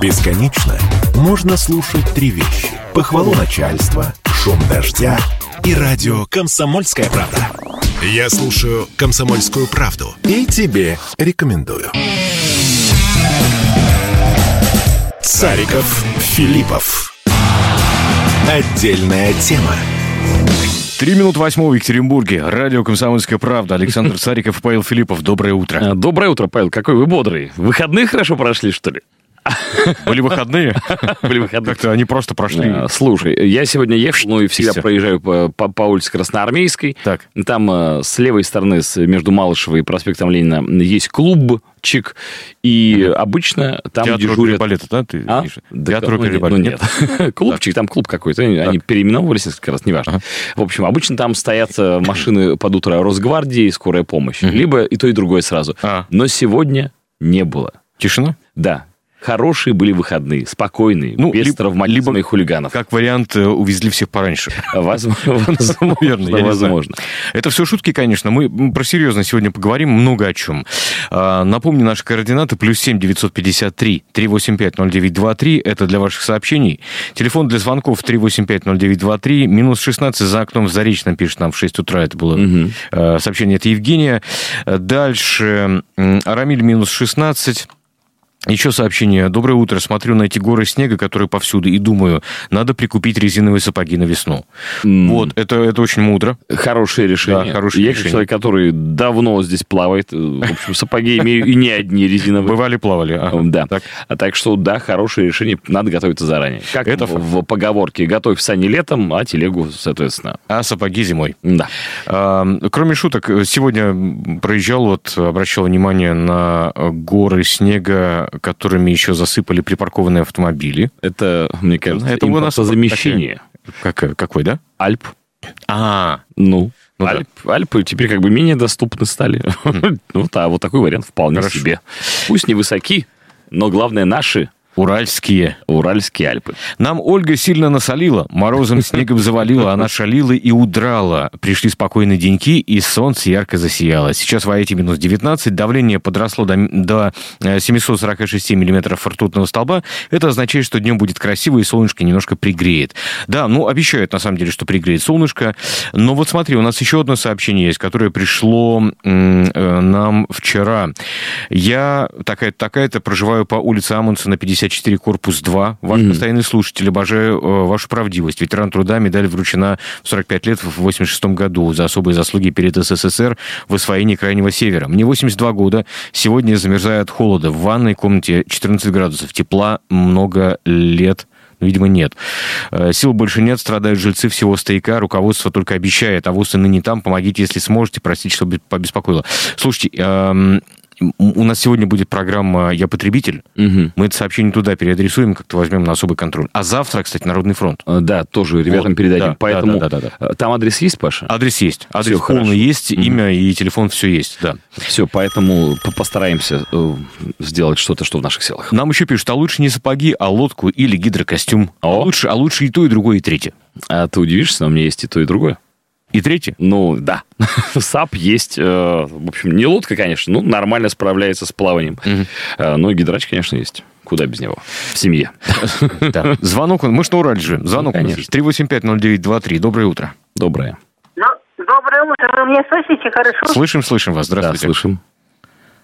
Бесконечно можно слушать три вещи. Похвалу начальства, шум дождя и радио «Комсомольская правда». Я слушаю «Комсомольскую правду» и тебе рекомендую. Цариков Филиппов. Отдельная тема. Три минут восьмого в Екатеринбурге. Радио «Комсомольская правда». Александр Цариков и Павел Филиппов. Доброе утро. А, Доброе утро, Павел. Какой вы бодрый. Выходные хорошо прошли, что ли? Были выходные? Были выходные. Как-то они просто прошли. А, Слушай, я сегодня ехал, ну и всегда Истер. проезжаю по, по- по улице Красноармейской. Так. Там э, с левой стороны, с- между Малышевой и проспектом Ленина, есть клубчик. И обычно там Театр оперы и дежурят... балета, да? Ты, А? Миша? Да Театр как- ну, оперы и нет, балета. ну, нет. Клубчик, там клуб какой-то. Они они переименовывались несколько раз, неважно. В общем, обычно там стоят э, машины под утро Росгвардии и скорая помощь. Либо и то, и другое сразу. А. Но сегодня не было. Тишина? Да. Хорошие были выходные, спокойные, Ну, без либо- травматизма либо- и хулиганов. А Как вариант, э, увезли всех пораньше. Возможно, Верно, я не возможно. знаю. Это все шутки, конечно. Мы м, про серьезно сегодня поговорим много о чем. А, Напомню, наши координаты плюс 7 953 385 0923. Это для ваших сообщений. Телефон для звонков 385 0923. Минус 16 за окном в Заречном пишет нам в 6 утра. Это было э, сообщение от Евгения. Э, Дальше м, Арамиль минус 16. Еще сообщение. Доброе утро. Смотрю на эти горы снега, которые повсюду, и думаю, надо прикупить резиновые сапоги на весну. Вот, это, это очень мудро. Хорошее решение. Да, хорошее я как решение. человек, который давно здесь плавает. э, В общем, сапоги имею и не одни резиновые. Бывали, плавали. ага. Эм, Да. Так. А так что, да, хорошее решение. Надо готовиться заранее. Как Это в, в поговорке «готовь сани летом, а телегу, соответственно». А сапоги зимой. Да. А, Кроме шуток, сегодня проезжал, вот обращал внимание на горы снега, которыми еще засыпали припаркованные автомобили. Это, мне кажется, Это это у нас импортозамещение. Как, какой, да? Альп. А, Ну, Ну да. Альп, Альпы теперь как бы менее доступны стали. Ну, да, вот такой вариант вполне Хорошо. себе. Пусть не высоки, но главное наши уральские. Уральские Альпы. Нам Ольга сильно насолила, морозом снегом завалила, она шалила и удрала. Пришли спокойные деньки, и солнце ярко засияло. Сейчас в Аэте минус 19, давление подросло до, м- до э, 746 миллиметров ртутного столба. Это означает, что днем будет красиво, и солнышко немножко пригреет. Да, ну, обещают, на самом деле, что пригреет солнышко. Но вот смотри, у нас еще одно сообщение есть, которое пришло м, э, нам вчера. Я такая-то, такая-то проживаю по улице Амундсена, 54, корпус 2. Ваш постоянный слушатель, обожаю э, вашу правдивость. Ветеран труда, медаль вручена в 45 лет в 86 году за особые заслуги перед СССР в освоении Крайнего Севера. Мне 82 года, сегодня я замерзаю от холода. В ванной комнате 14 градусов, тепла много лет ну, Видимо, нет. Э, Сил больше нет, страдают жильцы всего стояка, руководство только обещает, а ВОЗ и ныне там, помогите, если сможете, простите, что бе- побеспокоило. Слушайте, эм, м- у нас сегодня будет программа «Я потребитель», мы это сообщение туда переадресуем, как-то возьмем на особый контроль. А завтра, кстати, Народный фронт. Э, Да, тоже Вот, ребятам да, передадим. да, Поэтому да, да, да, э, там адрес есть, Паша? Адрес есть, адрес Всё полный хорошо. есть, имя и телефон все есть, да. Все, поэтому по- постараемся э, сделать что-то, что в наших силах. Нам еще пишут, а лучше не сапоги, а лодку или гидрокостюм. А О. лучше, а лучше и то, и другое, и третье. А ты удивишься, но у меня есть и то, и другое. И третье? Ну, да. САП есть, э, в общем, не лодка, конечно, но нормально справляется с плаванием. Э, Но и гидрач, конечно, есть. Куда без него? В семье. Да. Звонок, он- мы что, Ураль живем? Звонок у нас конечно. есть. 3850923. Доброе утро. Доброе. Ну, доброе утро. Вы меня слышите хорошо? Слышим, слышим вас. Да, Здравствуйте. слышим.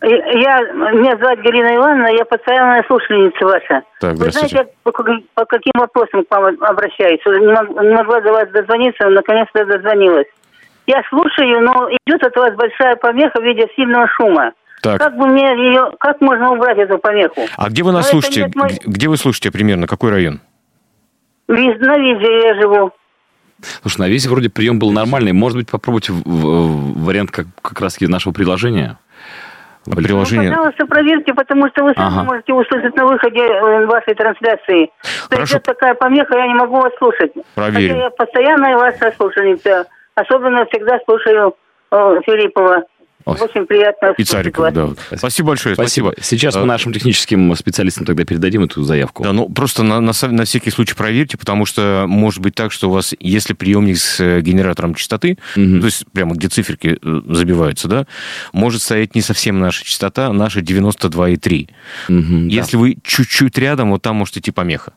И- Я, меня зовут Галина Ивановна, я постоянная слушательница ваша. Так, Вы здравствуйте. знаете, я по, как- по каким вопросам к вам обращаюсь? Не мог- не могла до вас дозвониться, но наконец-то дозвонилась. Я слушаю, но идет от вас большая помеха в виде сильного шума. Так. Как бы мне ее, как можно убрать эту помеху? А где вы нас Ну, это слушаете? нет, мы- Г- Где вы слушаете примерно? Какой район? Виз- На визе я живу. Слушай, на весь вроде прием был нормальный. Может быть, попробуйте в- в- вариант как, как раз таки нашего приложения? Блин. Ну, Приложение. пожалуйста, проверьте, потому что вы сами Ага. можете услышать на выходе э, вашей трансляции. Что Хорошо. идет такая помеха, я не могу вас слушать. Проверим. Хотя я постоянная ваша слушательница. Особенно всегда слушаю э, Филиппова. Ой. Очень приятно. И Цариков, да. Спасибо большое, спасибо. Сейчас А, мы нашим техническим специалистам тогда передадим эту заявку. Да, ну просто на, на, са- на всякий случай проверьте, потому что может быть так, что у вас, если приемник с э, генератором частоты, Мгм. то есть прямо где циферки э, забиваются, да, может стоять не совсем наша частота, а наша 92,3. Мгм, да. Если вы чуть-чуть рядом, вот там может идти помеха.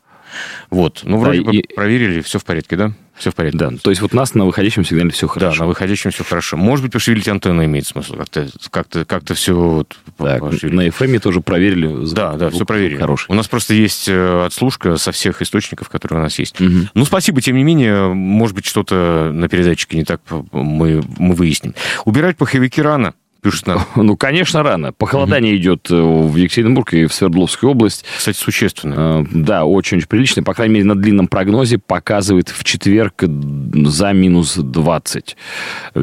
Вот, ну вроде бы и- проверили, все в порядке, да? Все в порядке. Да, то есть вот нас на выходящем сигнале все Да, на хорошо. выходящем все хорошо. Может быть, пошевелить антенну имеет смысл. Как-то как-то, как-то все вот Так, пошевелить. на FM тоже проверили. звук- Да, да, звук все проверили. Хороший. У нас просто есть э, отслушка со всех источников, которые у нас есть. Мгм. Ну, спасибо, тем не менее, может быть, что-то на передатчике не так э, мы, мы выясним. Убирать паховики рано, пишет нам. Ну, конечно, рано. Похолодание идет э, в Екатеринбург и в Свердловскую область. Кстати, существенно. Э, Да, очень-очень прилично. По крайней мере, на длинном прогнозе показывает в четверг за минус 20.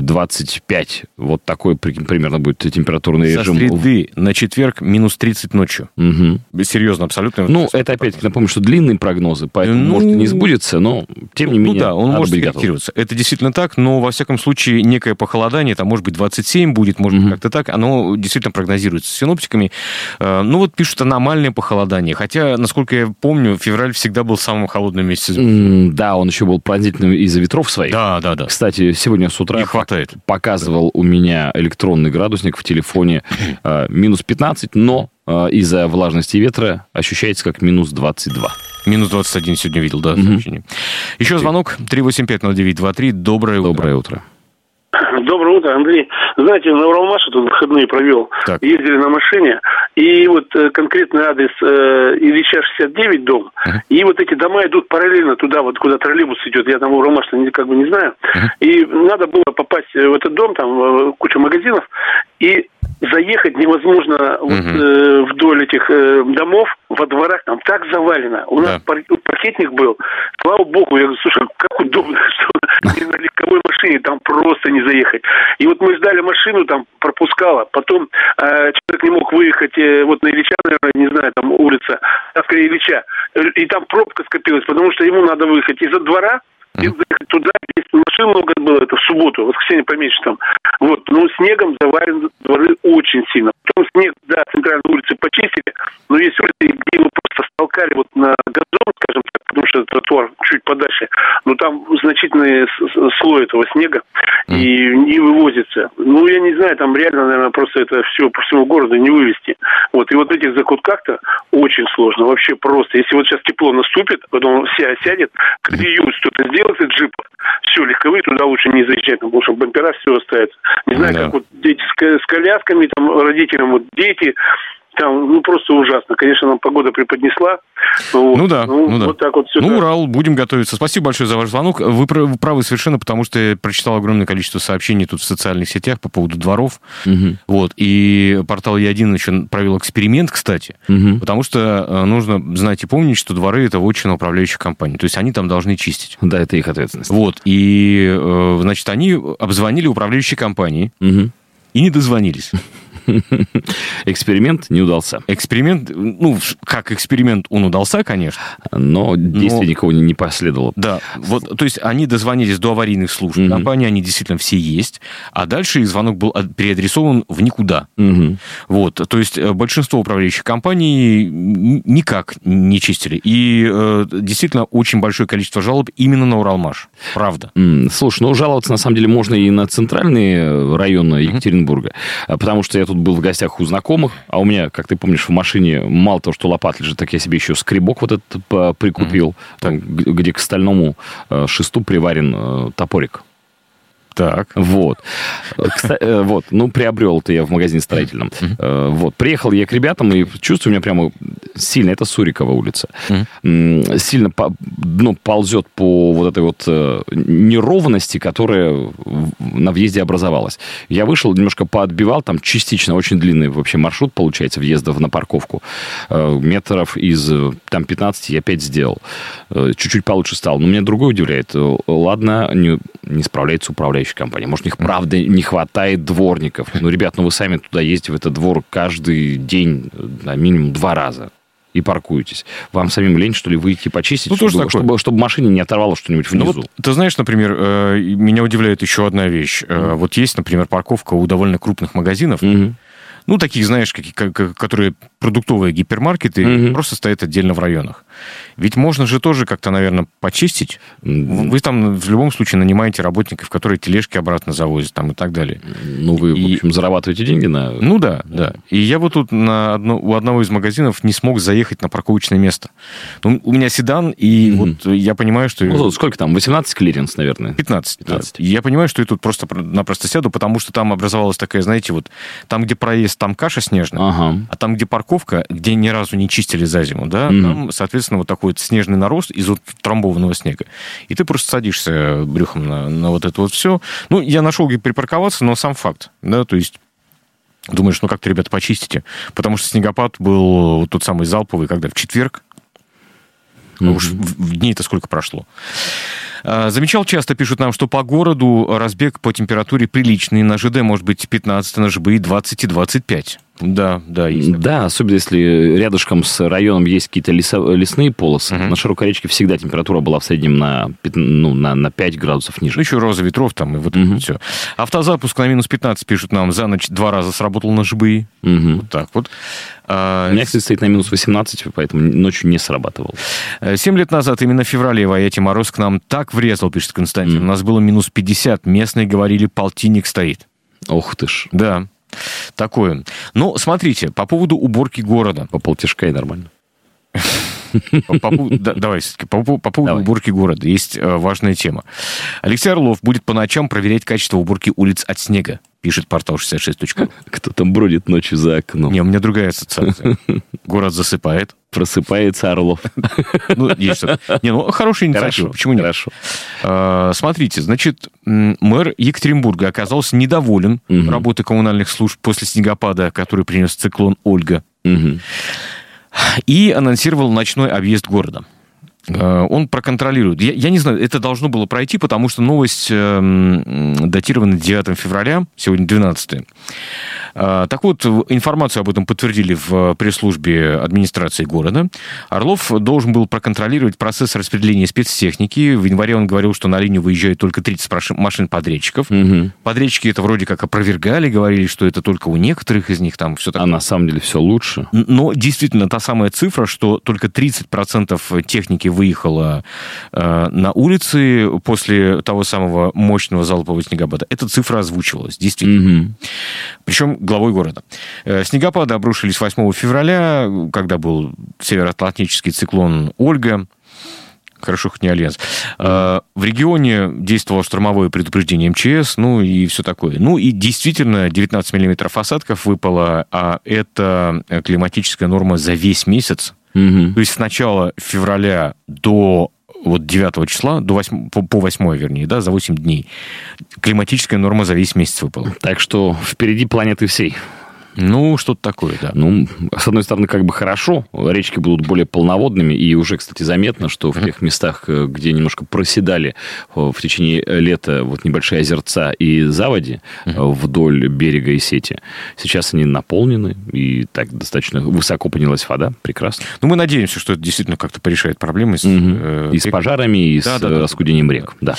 25. Вот такой при- примерно будет температурный Со режим. среды на четверг минус 30 ночью. Мгм. Серьезно, абсолютно. Ну, это опять-таки напомню, что длинные прогнозы, поэтому, Ну, может, и не сбудется, но, тем не менее, ну да, он надо может быть готовым. корректироваться. Это действительно так, но во всяком случае некое похолодание, там может быть 27 будет, может быть Мгм. как-то так, оно действительно прогнозируется синоптиками. Э, Ну вот пишут аномальное похолодание, хотя, насколько я помню, февраль всегда был самым холодным месяцем. М, Да, он еще был пронзительным из-за ветров своих. Да, да, да. Кстати, сегодня с утра Не хватает. показывал у меня электронный градусник в телефоне э, минус 15, но э, из-за влажности и ветра ощущается как минус 22. Минус 21 сегодня видел, да, Мгм. сообщение. Еще звонок 3850923. Доброе утро. Доброе утро. Доброе утро, Андрей. Знаете, на Уралмаше тут выходные провел. Так. Ездили на машине. И вот э, конкретный адрес э, Ильича 69 дом. И вот эти дома идут параллельно туда, вот куда троллейбус идет. Я там Уралмаш как бы не знаю. И надо было попасть э, в этот дом, там э, куча магазинов. И заехать невозможно вот, э, вдоль этих э, домов, во дворах там так завалено. Да. У нас пар- паркетник был, слава богу, я говорю, слушай, ну как удобно, что и на легковой машине там просто не заехать. И вот мы ждали машину, там пропускала, потом э, человек не мог выехать, э, вот на Ильича, наверное, не знаю, там улица, а, скорее Ильича, Э, и там пробка скопилась, потому что ему надо выехать из-за двора, и заехать туда, здесь машин много было, это в субботу, воскресенье поменьше там. Вот, ну, снегом заварен дворы очень сильно. Потом снег, да, центральные улицы почистили, но есть улицы, где его просто столкали вот на газон, скажем так, потому что тротуар чуть подальше, но там значительный с- с- слой этого снега и не вывозится. Ну, я не знаю, там реально, наверное, просто это все по всему городу не вывести. Вот, и вот в этих закутках-то очень сложно, вообще просто. Если вот сейчас тепло наступит, потом все осядет, к Диюс что-то сделать из джипа, все, легковые туда лучше не заезжать, потому что бампера все остается. Не знаю, Да. как вот дети с, ко- с колясками, там, родителям, вот дети, там, ну, просто ужасно. Конечно, нам погода преподнесла. Вот. Ну да, ну да. Вот так вот все. Ну, Урал, будем готовиться. Спасибо большое за ваш звонок. Вы пра- вы правы совершенно, потому что я прочитал огромное количество сообщений тут в социальных сетях по поводу дворов. Мгм. Вот. И портал Я1 еще провел эксперимент, кстати. Мгм. Потому что э, нужно знать и помнить, что дворы – это вотчина управляющих компаний. То есть они там должны чистить. Да, это их ответственность. Вот. И, э, значит, они обзвонили управляющие компании Мгм. и не дозвонились. Эксперимент не удался, Эксперимент, ну, в- как эксперимент, он удался, конечно. но действия Но- никого не- не последовало. Да, вот, то есть они дозвонились до аварийных служб Мгм. компании, они действительно все есть, а дальше их звонок был от- переадресован в никуда. Мгм. Вот, то есть э, большинство управляющих компаний н- никак не чистили. И э, действительно очень большое количество жалоб именно на Уралмаш. Правда. М, Слушай, ну жаловаться на самом деле можно и на центральные э, районы Екатеринбурга, а, потому что я тут был в гостях у знакомых, а у меня, как ты помнишь, в машине мало того, что лопат лежит, так я себе еще скребок вот этот а, прикупил, там, г- где к стальному э, шесту приварен э, топорик. Так. Вот. Э, кста- э, вот, ну, приобрел-то я в магазине строительном. Э, Вот, приехал я к ребятам, и чувствую, у меня прямо сильно, это Сурикова улица, М, сильно по- дно ползет по вот этой вот э, неровности, которая в- на въезде образовалась. Я вышел, немножко поотбивал, там частично, очень длинный вообще маршрут, получается, въездов на парковку. Э, Метров из, э, там, 15 я 5 сделал. Э, Чуть-чуть получше стал. Но меня другое удивляет. Э, Ладно, не, не справляется управляющая компания. Может, у них, правда, не хватает дворников. Ну, ребят, ну вы сами туда ездите, в этот двор каждый день, э, на минимум два раза. и паркуетесь. Вам самим лень, что ли, выйти почистить, Ну, чтобы, тоже такое. чтобы, чтобы машине не оторвало что-нибудь Ну внизу. вот, ты знаешь, например, э, меня удивляет еще одна вещь. Э, Вот есть, например, парковка у довольно крупных магазинов, Мгм. ну, таких, знаешь, какие- ко- ко- которые продуктовые гипермаркеты, Мгм. просто стоят отдельно в районах. Ведь можно же тоже как-то, наверное, почистить. М, Вы там в любом случае нанимаете работников, которые тележки обратно завозят там и так далее. Ну, вы, в И- общем, зарабатываете деньги на... Ну да, да. И я вот тут на одно, у одного из магазинов не смог заехать на парковочное место. Ну, у меня седан, и Мгм. вот я понимаю, что... Ну, вот сколько там? 18 клиренс, наверное. 15. 15. Я понимаю, что я тут просто-напросто сяду, потому что там образовалась такая, знаете, вот там, где проезд, там каша снежная, Ага. а там, где парковка, где ни разу не чистили за зиму, да, Мгм. там, соответственно, вот такой вот снежный нарост из вот трамбованного снега. И ты просто садишься брюхом на, на вот это вот все. Ну, я нашел, где припарковаться, но сам факт, да, то есть думаешь, ну как-то, ребята, почистите. Потому что снегопад был вот тот самый залповый, когда в четверг, Мгм. ну, уж в, в дней-то сколько прошло. А, Замечал часто, пишут нам, что по городу разбег по температуре приличный. На ЖД может быть 15, на ЖБИ 20 и 25. Да, да, есть. такое. Да, особенно если рядышком с районом есть какие-то леса- лесные полосы. Мгм. На широкой речке всегда температура была в среднем на, пят- ну, на, на 5 градусов Ну, ниже. еще роза ветров там и вот Мгм. все. Автозапуск на минус 15, пишут нам, за ночь два раза сработал на ЖБИ. Мгм. Так вот. У А, меня, кстати, стоит на минус 18, поэтому ночью не срабатывал. э, Семь лет назад, именно в феврале, в Аяте Мороз к нам так врезал, пишет Константин. Мгм. У нас было минус 50, местные говорили, полтинник стоит. Ох ты ж, Да, такое. Но смотрите, по поводу уборки города. по полтишка и нормально. По- по поводу- да, Давай, всё-таки, по по- по поводу Давай. уборки города есть э, важная тема. Алексей Орлов будет по ночам проверять качество уборки улиц от снега, пишет портал 66.ру. Кто там бродит ночью за окном? Не, у меня другая ассоциация. Город засыпает. Просыпается Орлов. Ну, есть что-то. Не, ну, хорошая инициатива. Хорошо, Почему нет? Хорошо. А, Смотрите, значит, м, мэр Екатеринбурга оказался недоволен Мгм. работой коммунальных служб после снегопада, который принес циклон Ольга, Мгм. и анонсировал ночной объезд города. Э, Он проконтролирует. Я, я не знаю, это должно было пройти, потому что новость эм, м, датирована 9 февраля, сегодня 12. Э, Так вот, в- информацию об этом подтвердили в э, пресс-службе администрации города. Орлов должен был проконтролировать процесс распределения спецтехники. В январе он говорил, что на линию выезжает только 30 прош- машин-подрядчиков. Мгм. Подрядчики это вроде как опровергали, говорили, что это только у некоторых из них там все такое. А на самом деле все лучше. Но действительно та самая цифра, что только 30% техники выехало э, на улицы после того самого мощного залпового снегопада. Эта цифра озвучивалась, действительно. Мгм. Причем главой города. Э, Снегопады обрушились 8 февраля, когда был североатлантический циклон Ольга. Хорошо, хоть не Альянс. Э, В регионе действовало штормовое предупреждение МЧС, ну и все такое. Ну и действительно, 19 миллиметров осадков выпало, а это э, климатическая норма за весь месяц. Мгм. То есть с начала февраля до вот 9 числа, до 8, по, по 8, вернее, да, за 8 дней, климатическая норма за весь месяц выпала. Так что впереди планеты всей. Ну, что-то такое, да. Ну, с одной стороны, как бы хорошо, речки будут более полноводными, и уже, кстати, заметно, что в тех местах, э, где немножко проседали э, в течение лета вот небольшие озерца и заводи э, вдоль берега и сети, сейчас они наполнены, и так достаточно высоко поднялась вода, прекрасно. Ну, мы надеемся, что это действительно как-то порешает проблемы. С, э, И с рек- пожарами, и с Да, да, э, да. оскудением рек, да.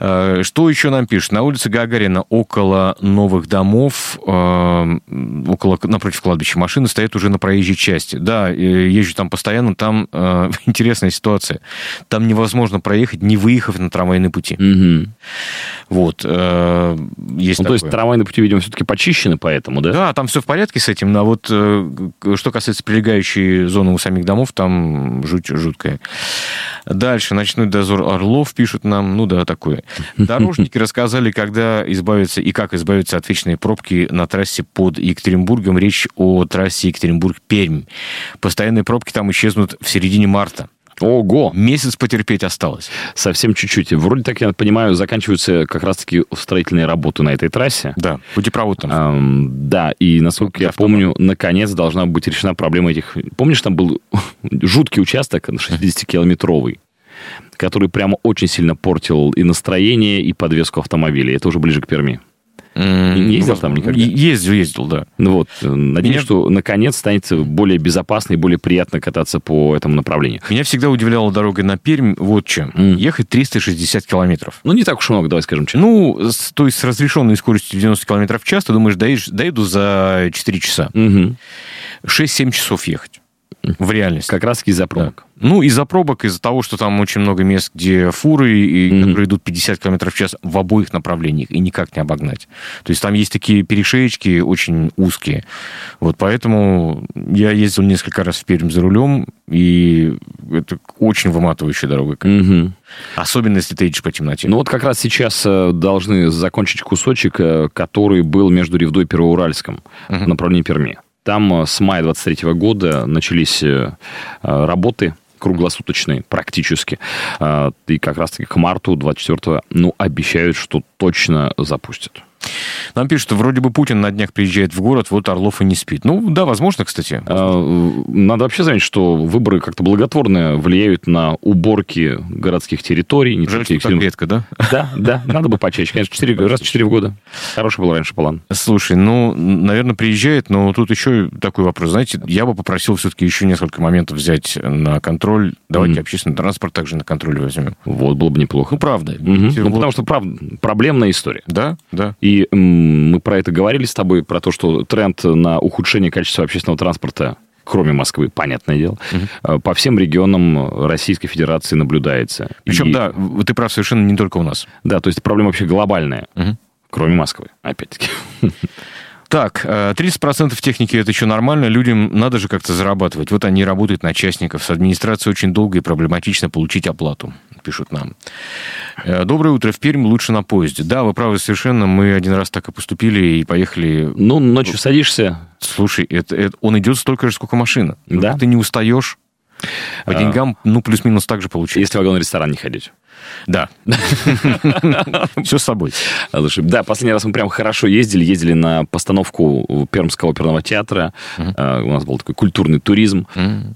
Э, Что еще нам пишут? На улице Гагарина около новых домов, э, м, около, напротив кладбища машины стоят уже на проезжей части. Да, э, езжу там постоянно, там э, интересная ситуация. Там невозможно проехать, не выехав на трамвайные пути. Мгм. Вот. э, Есть Ну, то есть такое. трамвайные пути, видимо, все-таки почищены поэтому, да? Да, там все в порядке с этим, но вот э, к- что касается прилегающей зоны у самих домов, там жуть жуткая. Дальше. Ночной дозор Орлов пишут нам, ну да, такое. Дорожники рассказали, когда избавиться и как избавиться от вечной пробки на трассе под Екатеринбургом. Речь о трассе Екатеринбург-Пермь. Постоянные пробки там исчезнут в середине марта. Ого! Месяц потерпеть осталось. Совсем чуть-чуть. Вроде так, я понимаю, заканчиваются как раз-таки строительные работы на этой трассе. Да, путепровод там. Эм, да, и насколько я помню, наконец должна быть решена проблема этих... Помнишь, там был жуткий участок 60-километровый, который прямо очень сильно портил и настроение, и подвеску автомобилей. Это уже ближе к Перми. Не ездил там никогда? ну, Ездил, ездил, да. Ну вот, э, надеюсь, Меня- что наконец станет более безопасно и более приятно кататься по этому направлению. Меня всегда удивляла дорога на Пермь вот чем. Мгм. Ехать 360 километров. Ну, не так уж и много, давай скажем честно. Ну, с- то есть с разрешенной скоростью 90 километров в час, ты думаешь, доедешь- доеду за 4 часа. Мгм. 6-7 часов ехать в реальности. Как раз из-за пробок. Ну, из-за пробок, из-за того, что там очень много мест, где фуры, и, Мгм. которые идут 50 км в час в обоих направлениях, и никак не обогнать. То есть там есть такие перешеечки очень узкие. Вот поэтому я ездил несколько раз в Пермь за рулем, и это очень выматывающая дорога. Мгм. Особенно, если ты едешь по темноте. Ну вот как раз сейчас э, должны закончить кусочек, э, который был между Ревдой и Первоуральском в Мгм. направлении Перми. Там э, с мая 23 года начались э, э, работы круглосуточные практически. Э, И как раз-таки к марту 24 ну, обещают, что точно запустят. Нам пишут, что вроде бы Путин на днях приезжает в город, вот Орлов и не спит. Ну, да, возможно, кстати. Э, Надо вообще заметить, что выборы как-то благотворно влияют на уборки городских территорий. не Жаль, только что их так сильно- редко, да? Да, да, надо бы почаще. Конечно, четыре- раз в 4 года. Хороший был раньше план. Слушай, ну, наверное, приезжает, но тут еще такой вопрос. Знаете, я бы попросил все-таки еще несколько моментов взять на контроль. Давайте Мгм. общественный транспорт также на контроль возьмем. Вот, было бы неплохо. Ну, правда. Мгм. Все Ну, вот- потому что, правда, проблемная история. Да, да. И м, мы про это говорили с тобой, про то, что тренд на ухудшение качества общественного транспорта, кроме Москвы, понятное дело, э, по всем регионам Российской Федерации наблюдается. Причем, И- да, в- ты прав совершенно не только у нас. Да, то есть проблема вообще глобальная, Мгм. кроме Москвы, опять-таки. Так, э, 30% техники это еще нормально, людям надо же как-то зарабатывать. Вот они и работают на частников. С администрацией очень долго и проблематично получить оплату, пишут нам. Э, Доброе утро, в Пермь лучше на поезде. Да, вы правы совершенно, мы один раз так и поступили и поехали Ну, ночью садишься, Слушай, это, это- он идет столько же, сколько машина. Ну, Да. Ты не устаешь. По А. деньгам, ну, плюс-минус так же получается. если в вагон-ресторан не ходить. Да. Все с собой. А, слушай, Да, последний раз мы прям хорошо ездили, ездили на постановку Пермского оперного театра. Э, У нас был такой культурный туризм.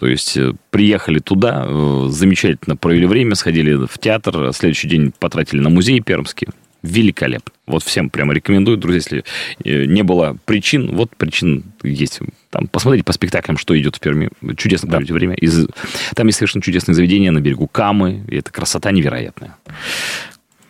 То есть э, приехали туда, э, замечательно провели время, сходили в театр, э, следующий день потратили на музей Пермский. Великолепно. Вот всем прямо рекомендую, друзья, если э, не было причин, вот причин есть. Там посмотрите по спектаклям, что идет в Перми. Чудесно проведете время. Из- Там есть совершенно чудесные заведения на берегу Камы. И это красота невероятная.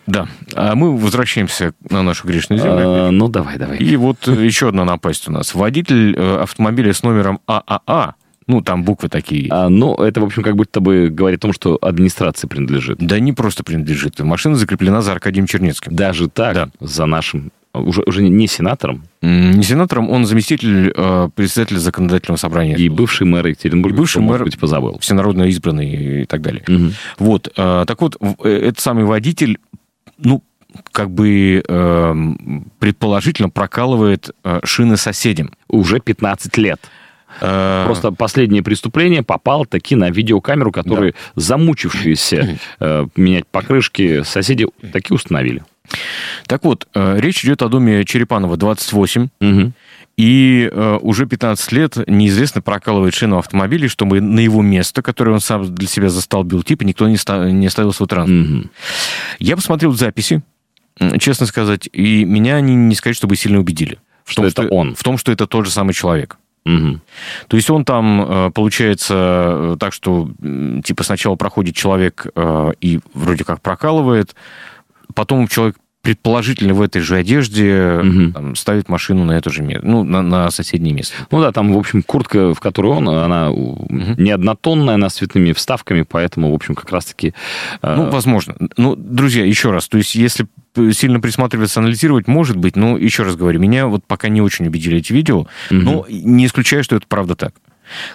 Да. А мы возвращаемся на нашу грешную землю. Э, ну, давай, давай. И вот еще одна напасть у нас. Водитель э, автомобиля с номером ААА, ну, там буквы такие, А, ну, это, в общем, как будто бы говорит о том, что администрации принадлежит. да не просто принадлежит. Машина закреплена за Аркадием Чернецким. Даже так, Да. за нашим, уже, уже не сенатором, М, Не сенатором, он заместитель э, председателя законодательного собрания. и бывший мэр Екатеринбурга, И бывший кто, мэр- может быть, позабыл. всенародно избранный и так далее. Мгм. Вот, э, так вот, в- э, этот самый водитель, ну, как бы эм, предположительно прокалывает э, шины соседям. Уже 15 лет. Э, Просто последнее преступление попал таки на видеокамеру, которую замучившиеся э, менять покрышки соседи таки установили. Так вот, э, речь идет о доме Черепанова 28, и э, уже 15 лет неизвестно прокалывает шину автомобиля, чтобы на его место, которое он сам для себя застолбил, типа никто не, ста- не ставил свой транспорт. Мгм. Я посмотрел записи, м, честно сказать, и меня они не сказать, чтобы сильно убедили. В Что том, это он. В том, что это тот же самый человек. Мгм. То есть он там, э, получается, э, так что, м, типа, сначала проходит человек э, и вроде как прокалывает, потом человек предположительно в этой же одежде Мгм. там, ставит машину на это же место, ну, на, на соседнее место. Ну да, там, в общем, куртка, в которой он, она у, не однотонная, она с цветными вставками, поэтому, в общем, как раз-таки... э, Ну, возможно. Ну, друзья, еще раз, то есть если п- сильно присматриваться, анализировать, может быть, но еще раз говорю, меня вот пока не очень убедили эти видео, Мгм. но не исключаю, что это правда так.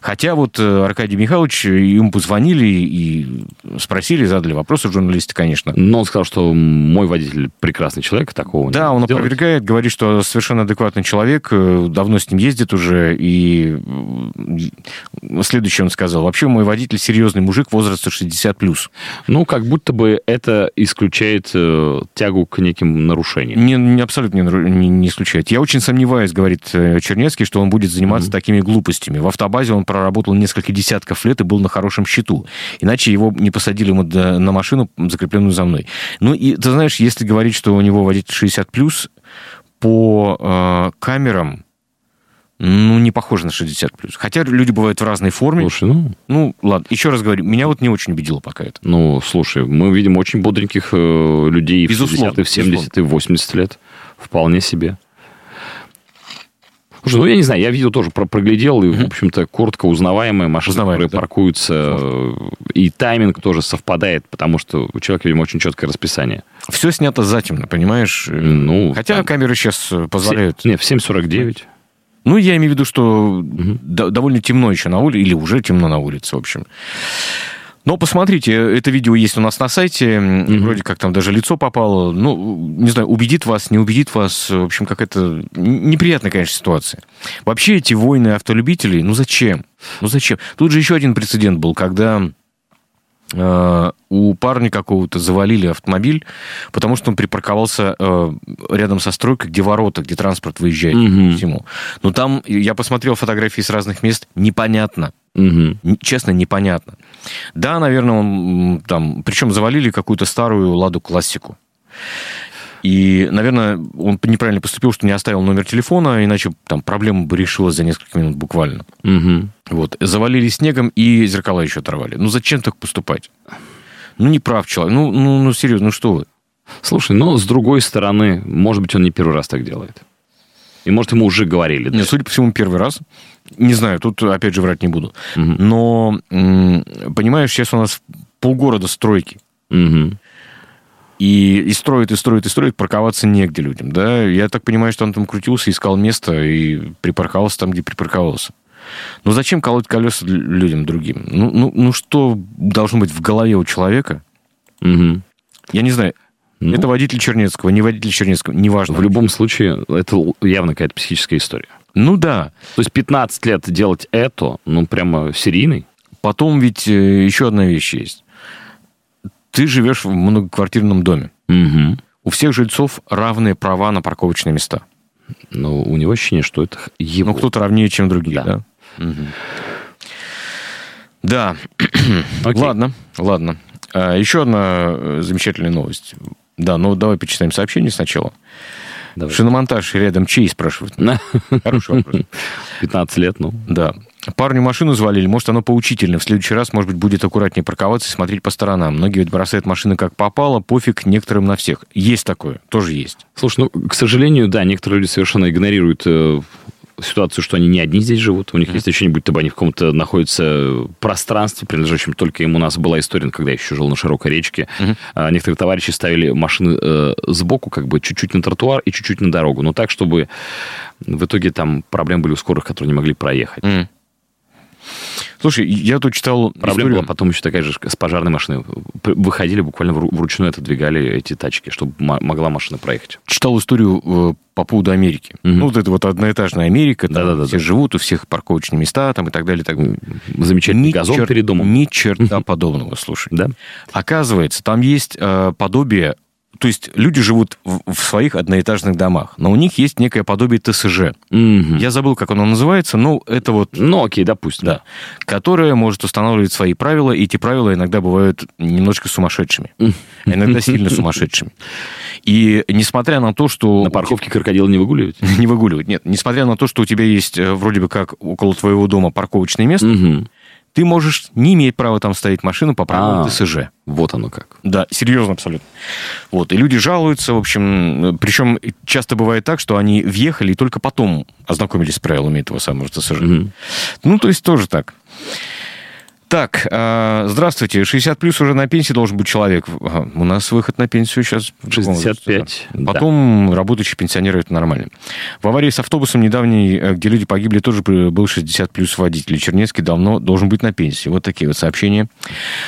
Хотя вот э, Аркадий Михайлович, э, ему позвонили и спросили, задали вопросы журналисты, конечно. но он сказал, что мой водитель прекрасный человек, такого Да, не он сделает. опровергает, говорит, что совершенно адекватный человек, э, давно с ним ездит уже, и м, следующее он сказал. Вообще, мой водитель серьезный мужик возраста 60+. Ну, как будто бы это исключает э, тягу к неким нарушениям. Не, не- абсолютно не, нару- не- не исключает. Я очень сомневаюсь, говорит э, Чернецкий, что он будет заниматься такими глупостями. В автобазе он проработал несколько десятков лет и был на хорошем счету. Иначе его не посадили бы до- на машину, закрепленную за мной. Ну, и ты знаешь, если говорить, что у него водитель 60+, по э, камерам, ну, не похоже на 60 Хотя люди бывают в разной форме. Слушай, ну, Ну, ладно, еще раз говорю, меня вот не очень убедило пока это. ну, слушай, мы видим очень бодреньких э, людей и в Безусловно, 60, и в 70, и в 80 лет. Вполне себе. Слушай, ну, я не знаю, я видео тоже про- проглядел, и, в общем-то, коротко узнаваемые машины, Узнаваемые, да. которые паркуются, э, и тайминг тоже совпадает, потому что у человека, видимо, очень четкое расписание. Все снято затемно, понимаешь? Ну, Хотя там- камеры сейчас позволяют. Нет, в 7.49. Ну, я имею в виду, что до- довольно темно еще на улице, или уже темно на улице, в общем. Но посмотрите, это видео есть у нас на сайте, м, вроде как там даже лицо попало, ну, не знаю, убедит вас, не убедит вас, э, в общем, какая-то н- неприятная, конечно, ситуация. Вообще эти войны автолюбителей, ну зачем? Ну зачем? Тут же еще один прецедент был, когда э, у парня какого-то завалили автомобиль, потому что он припарковался э, рядом со стройкой, где ворота, где транспорт выезжает Мгм. по всему. Но там, я посмотрел фотографии с разных мест, непонятно. Мгм. Н- Честно, непонятно. Да, наверное, он м, там... Причем завалили какую-то старую «Ладу Классику». И, наверное, он неправильно поступил, что не оставил номер телефона, иначе там проблема бы решилась за несколько минут буквально. Мгм. Вот. Завалили снегом и зеркала еще оторвали. Ну, зачем так поступать? Ну, не прав человек. Ну, ну, ну серьезно, ну что вы? Слушай, но с другой стороны, может быть, он не первый раз так делает. И может, ему уже говорили. да? Нет, судя по всему, первый раз. Не знаю, тут, опять же, врать не буду. Мгм. Но, м, понимаешь, сейчас у нас полгорода стройки. Мгм. И, и строят, и строят, и строят, парковаться негде людям, да? Я так понимаю, что он там крутился, искал место и припарковался там, где припарковался. Ну зачем колоть колеса л- людям другим? Ну, ну, ну что должно быть в голове у человека? Мгм. Я не знаю, Ну, это водитель Чернецкого, не водитель Чернецкого, неважно. в любом случае, это л- явно какая-то психическая история. Ну да, То есть 15 лет делать это, ну, прямо серийный. потом ведь э, еще одна вещь есть. Ты живешь в многоквартирном доме. Мгм. У всех жильцов равные права на парковочные места. Но Ну, у него ощущение, что это х- его. Ну, кто-то равнее, чем другие, Да. да? Мгм. Да, Окей. ладно, ладно. А, Еще одна э, замечательная новость. Да, ну давай почитаем сообщение сначала. Давай. Шиномонтаж рядом чей, спрашивают. На. Хороший вопрос. 15 лет, ну. Да. Парню машину звалили, может, оно поучительно. В следующий раз, может быть, будет аккуратнее парковаться и смотреть по сторонам. Многие ведь бросают машины как попало, пофиг некоторым на всех. Есть такое, тоже есть. Слушай, ну, к сожалению, да, некоторые люди совершенно игнорируют э, ситуацию, что они не одни здесь живут. У них есть ощущение, будто бы они в каком-то находятся пространстве, принадлежащем только им. У нас была история, когда я еще жил на широкой речке. А, Некоторые товарищи ставили машины э, сбоку, как бы чуть-чуть на тротуар и чуть-чуть на дорогу. Но так, чтобы в итоге там проблемы были у скорых, которые не могли проехать. Слушай, я тут читал Проблема историю. была потом еще такая же с пожарной машины. П- Выходили буквально вру- вручную отодвигали эти тачки, чтобы м- могла машина проехать. читал историю э, по поводу Америки. Мгм. Ну, вот это вот одноэтажная Америка, там Да-да-да-да. все живут, у всех парковочные места, там и так далее. и Так... далее. Замечательный газон чер- перед домом. Ни черта подобного, слушай. Да? Оказывается, там есть э, подобие... То есть люди живут в, в своих одноэтажных домах, но у них есть некое подобие ТСЖ. Мгм. Я забыл, как оно называется, но это вот... Ну, окей, допустим. Да. Которое может устанавливать свои правила, и эти правила иногда бывают немножко сумасшедшими. а Иногда сильно сумасшедшими. И несмотря на то, что... На парковке крокодила не выгуливать? Не выгуливать, нет. Несмотря на то, что у тебя есть э, вроде бы как около твоего дома парковочное место, Мгм. ты можешь не иметь права там ставить машину по правилам А. ТСЖ. Вот оно как. Да, серьезно абсолютно. Вот, и люди жалуются, в общем, э, причем часто бывает так, что они въехали и только потом ознакомились с правилами этого самого ТСЖ. Мгм. Ну, то есть тоже так. Так, э, здравствуйте. 60 плюс уже на пенсии должен быть человек. Ага, у нас выход на пенсию сейчас. в другом возрасте, 65, да. да. Потом работающие пенсионеры, это нормально. В аварии с автобусом недавней, э, где люди погибли, тоже при- был 60 плюс водитель. Чернецкий давно должен быть на пенсии. Вот такие вот сообщения.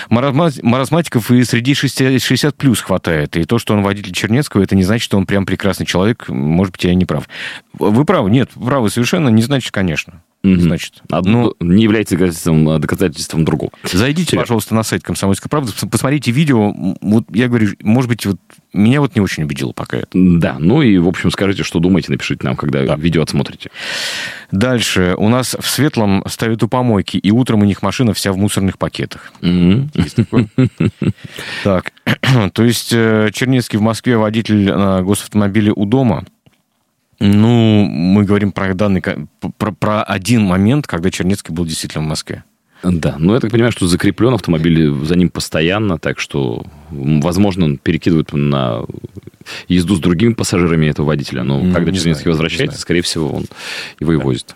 Маразма- Маразматиков и среди 60 плюс хватает. И то, что он водитель Чернецкого, это не значит, что он прям прекрасный человек. Может быть, я и не прав. Вы правы. Нет, правы совершенно. Не значит, конечно. Не Мгм. Значит, Одно не является доказательством, а доказательством другого. Зайдите, Серёж. пожалуйста, на сайт «Комсомольской правды», пос- посмотрите видео. М, Вот я говорю, может быть, вот меня вот не очень убедило пока это. Да, ну и, в общем, скажите, что думаете, напишите нам, когда Да. видео отсмотрите. Дальше. У нас в Светлом ставят у помойки, и утром у них машина вся в мусорных пакетах. Мгм. Так, то есть э, Чернецкий в Москве водитель э, госавтомобиля у дома. Ну, мы говорим про данный, ко- про, про один момент, когда Чернецкий был действительно в Москве. Да, но я так понимаю, что закреплен автомобиль за ним постоянно, так что, м, возможно, он перекидывает на езду с другими пассажирами этого водителя, но М, когда не Чернецкий знаю, не возвращается, знаю. скорее всего, он его и возит.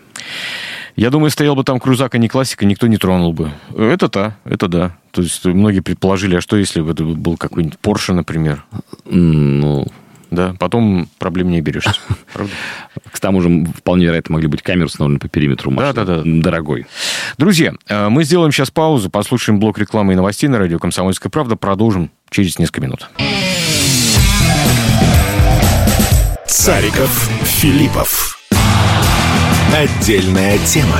Я думаю, стоял бы там крузак, а не классика, никто не тронул бы. Это да, это да. То есть многие предположили, а что если бы это был какой-нибудь Порше, например? М, Ну, Да, потом проблем не берешься. Правда? к тому же, вполне вероятно, могли быть камеры установлены по периметру машины. Да-да-да. Дорогой. Друзья, э, мы сделаем сейчас паузу, послушаем блок рекламы и новостей на радио «Комсомольская правда». Продолжим через несколько минут. Цариков, Филиппов. Отдельная тема.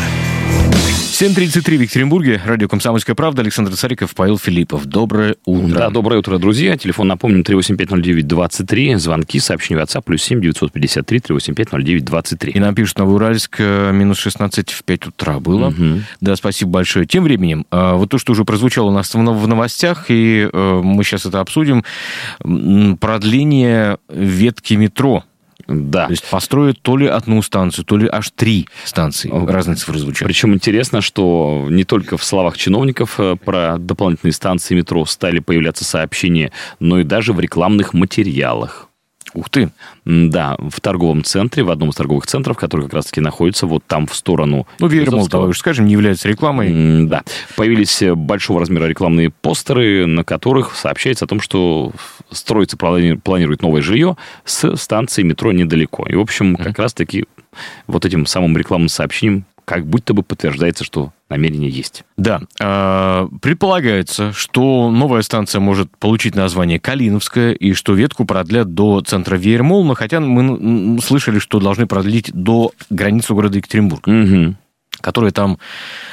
7.33 в Екатеринбурге, радио «Комсомольская правда», Александр Цариков, Павел Филиппов. Доброе утро. Да, доброе утро, друзья. Телефон, напомним, 3850923. Звонки, сообщения в WhatsApp, плюс 7 953 3850923. И нам пишут Новоуральск, э, минус 16 в 5 утра было. Да, спасибо большое. Тем временем, э, вот то, что уже прозвучало у нас в нов- в новостях, и э, мы сейчас это обсудим, м, продление ветки метро. Да. То есть построят то ли одну станцию, то ли аж три станции. О, Разные цифры звучат. Причем интересно, что не только в словах чиновников э, про дополнительные станции метро стали появляться сообщения, но и даже в рекламных материалах. Ух ты. М, Да, в торговом центре, в одном из торговых центров, который как раз-таки находится вот там в сторону... Ну, Вера Березовского. Молотова, уж скажем, не является рекламой. М, Да. Появились э, большого размера рекламные постеры, на которых сообщается о том, что строится, плани- планирует новое жилье с станции метро недалеко. И, в общем, как раз-таки вот этим самым рекламным сообщением как будто бы подтверждается, что намерение есть. Да. А, Предполагается, что новая станция может получить название Калиновская и что ветку продлят до центра Веермолна, хотя мы м, слышали, что должны продлить до границы города Екатеринбург, Угу. которая там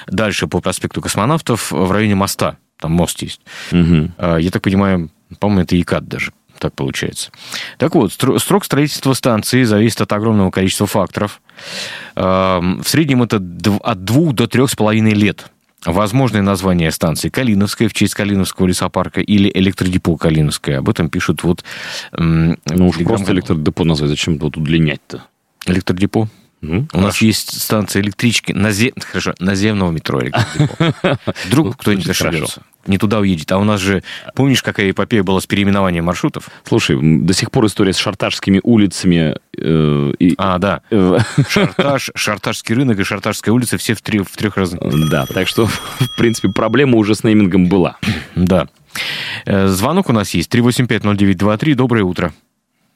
дальше по проспекту Космонавтов в районе моста. Там мост есть. Угу. А, Я так понимаю, по-моему, это ИКАД даже. Так получается. Так вот, стро- срок строительства станции зависит от огромного количества факторов. Эм, В среднем это дв- от двух до трех с половиной лет. Возможное название станции Калиновская в честь Калиновского лесопарка или электродепо Калиновская. Об этом пишут вот... Ну Ну уж просто электродепо назвать, зачем тут удлинять-то? Электродепо. Ну, У нас есть станция электрички, назе- хорошо, наземного метро электродепо. Ну, Вдруг кто-нибудь звучит хорошо. ошибется. Не туда уедет. А у нас же, помнишь, какая эпопея была с переименованием маршрутов? Слушай, м, до сих пор история с шарташскими улицами э, и... А, да. э, Шартаж, Шартажский рынок и Шартажская улица все в, три- в трех разных. Да, так что, в принципе, проблема уже с неймингом была. Да. Э, Звонок у нас есть. 3850923. Доброе утро.